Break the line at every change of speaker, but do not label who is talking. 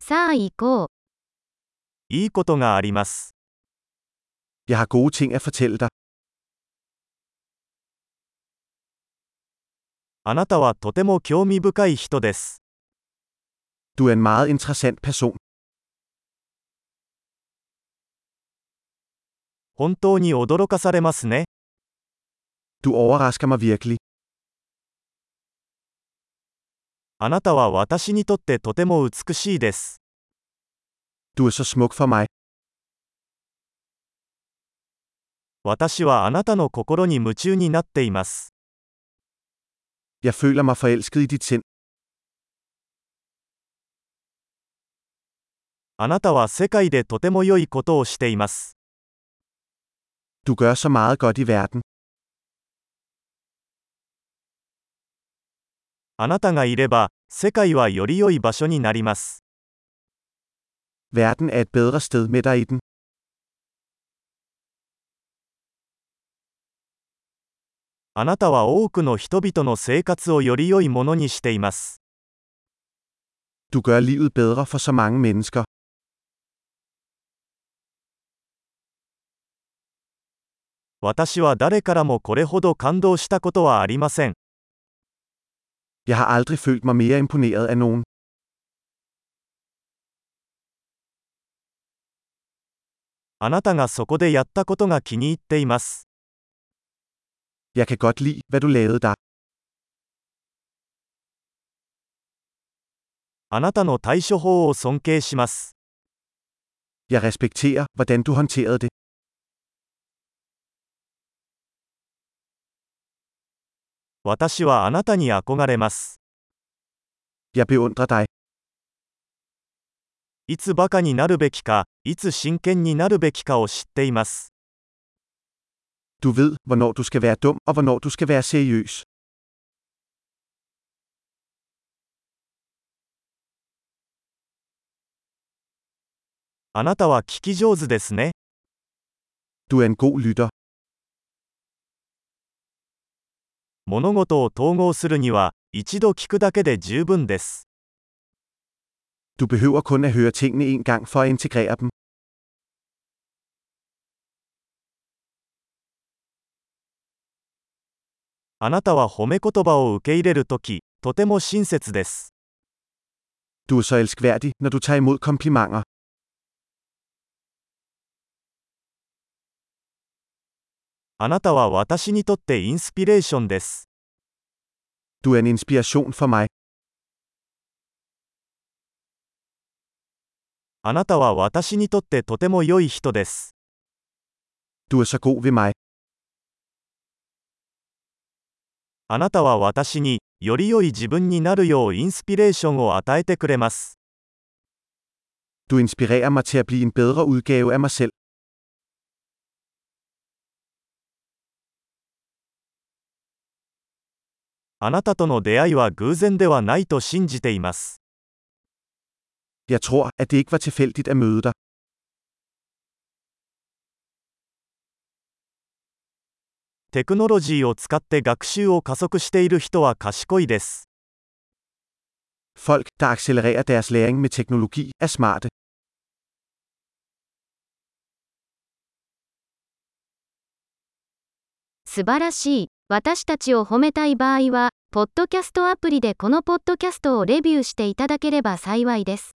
さあ行こう。
いいことがあります。
Jeg har gode ting at fortælle dig.
あなたはとても興味深い人です。
Du er en meget interessant person.
本当に驚かされますね。
Du overrasker mig virkelig.
あなたは私にとってとても美しいです。
Du er så smuk for mig.
私はあなたの心に夢中になっています。
Jeg føler mig forelsket i dit sind.
あなたは世界でとても良いことをしています。
Du gør så meget godt i verden.
あなたがいれば、世界はより良い場所になります。
Verden er et bedre sted med dig i den.
あなたは多くの人々の生活をより良いものにしています。
Du gør livet bedre for så mange mennesker.
私は誰からもこれほど感動したことはありません。
Jeg har aldrig følt mig mere imponeret af nogen.
あなたがそこでやったことが気に入っています。
Jeg kan godt lide, hvad du lavede der.
あなたの対処法を尊敬します。
Jeg respekterer, hvordan du håndterede det.
私はあなたに憧れます。
Jeg beundrer dig.
いつバカになるべきか、いつ真剣になるべきかを知っています。
Du ved, hvornår du skal være dum og hvornår du skal være seriøs.
あなたは聞き上手ですね。
Du er en god lytter.
物事を統合するには、一度聞くだけで十分です。
Du behøver kun at høre tingene en gang for at integrere dem.
あなたは褒め言葉を受け入れるとき、とても親切です。
Du er så elskværdig, når du tager imod komplimenter.
あなたは私にとってインスピレーションです。
Du er en inspiration for mig.
あなたは私にとってとても良い人です。
Du er så god ved mig.
あなたは私に、より良い自分になるようインスピレーションを与えてくれます。
Du inspirerer mig til at blive en bedre udgave af mig selv.
あなたとの出会いは偶然ではないと信じています。
Jeg tror, at det ikke var tilfældigt at møde dig.
テクノロジーを使って学習を加速している人は賢いです。
Folk, der accelererer deres læring med teknologi, er smarte.
素晴らしい。私たちを褒めたい場合は、ポッドキャストアプリでこのポッドキャストをレビューしていただければ幸いです。